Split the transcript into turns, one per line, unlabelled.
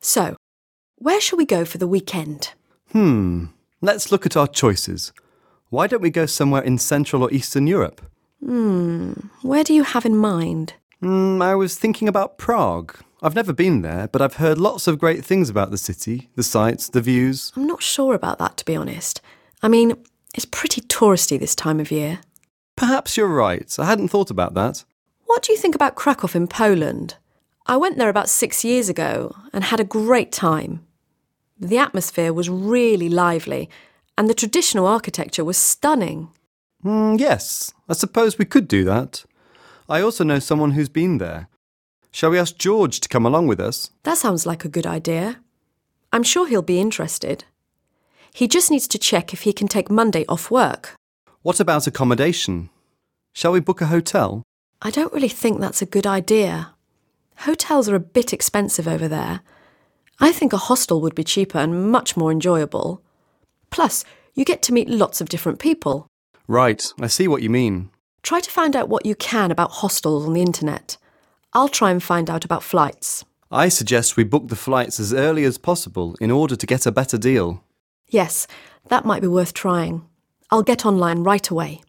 So, where shall we go for the weekend?
Hmm. Let's look at our choices. Why don't we go somewhere in Central or Eastern Europe?
Hmm, where do you have in mind?
Hmm, I was thinking about Prague. I've never been there, but I've heard lots of great things about the city, the sights, the views.
I'm not sure about that, to be honest. I mean, it's pretty touristy this time of year.
Perhaps you're right. I hadn't thought about that.
What do you think about Krakow in Poland? I went there about six years ago and had a great time. The atmosphere was really lively, and the traditional architecture was stunning.
Hmm, yes, I suppose we could do that. I also know someone who's been there. Shall we ask George to come along with us?
That sounds like a good idea. I'm sure he'll be interested. He just needs to check if he can take Monday off work.
What about accommodation? Shall we book a hotel?
I don't really think that's a good idea. Hotels are a bit expensive over there. I think a hostel would be cheaper and much more enjoyable. Plus, you get to meet lots of different people.
Right, I see what you mean.
Try to find out what you can about hostels on the internet. I'll try and find out about flights.
I suggest we book the flights as early as possible in order to get a better deal.
Yes, that might be worth trying. I'll get online right away.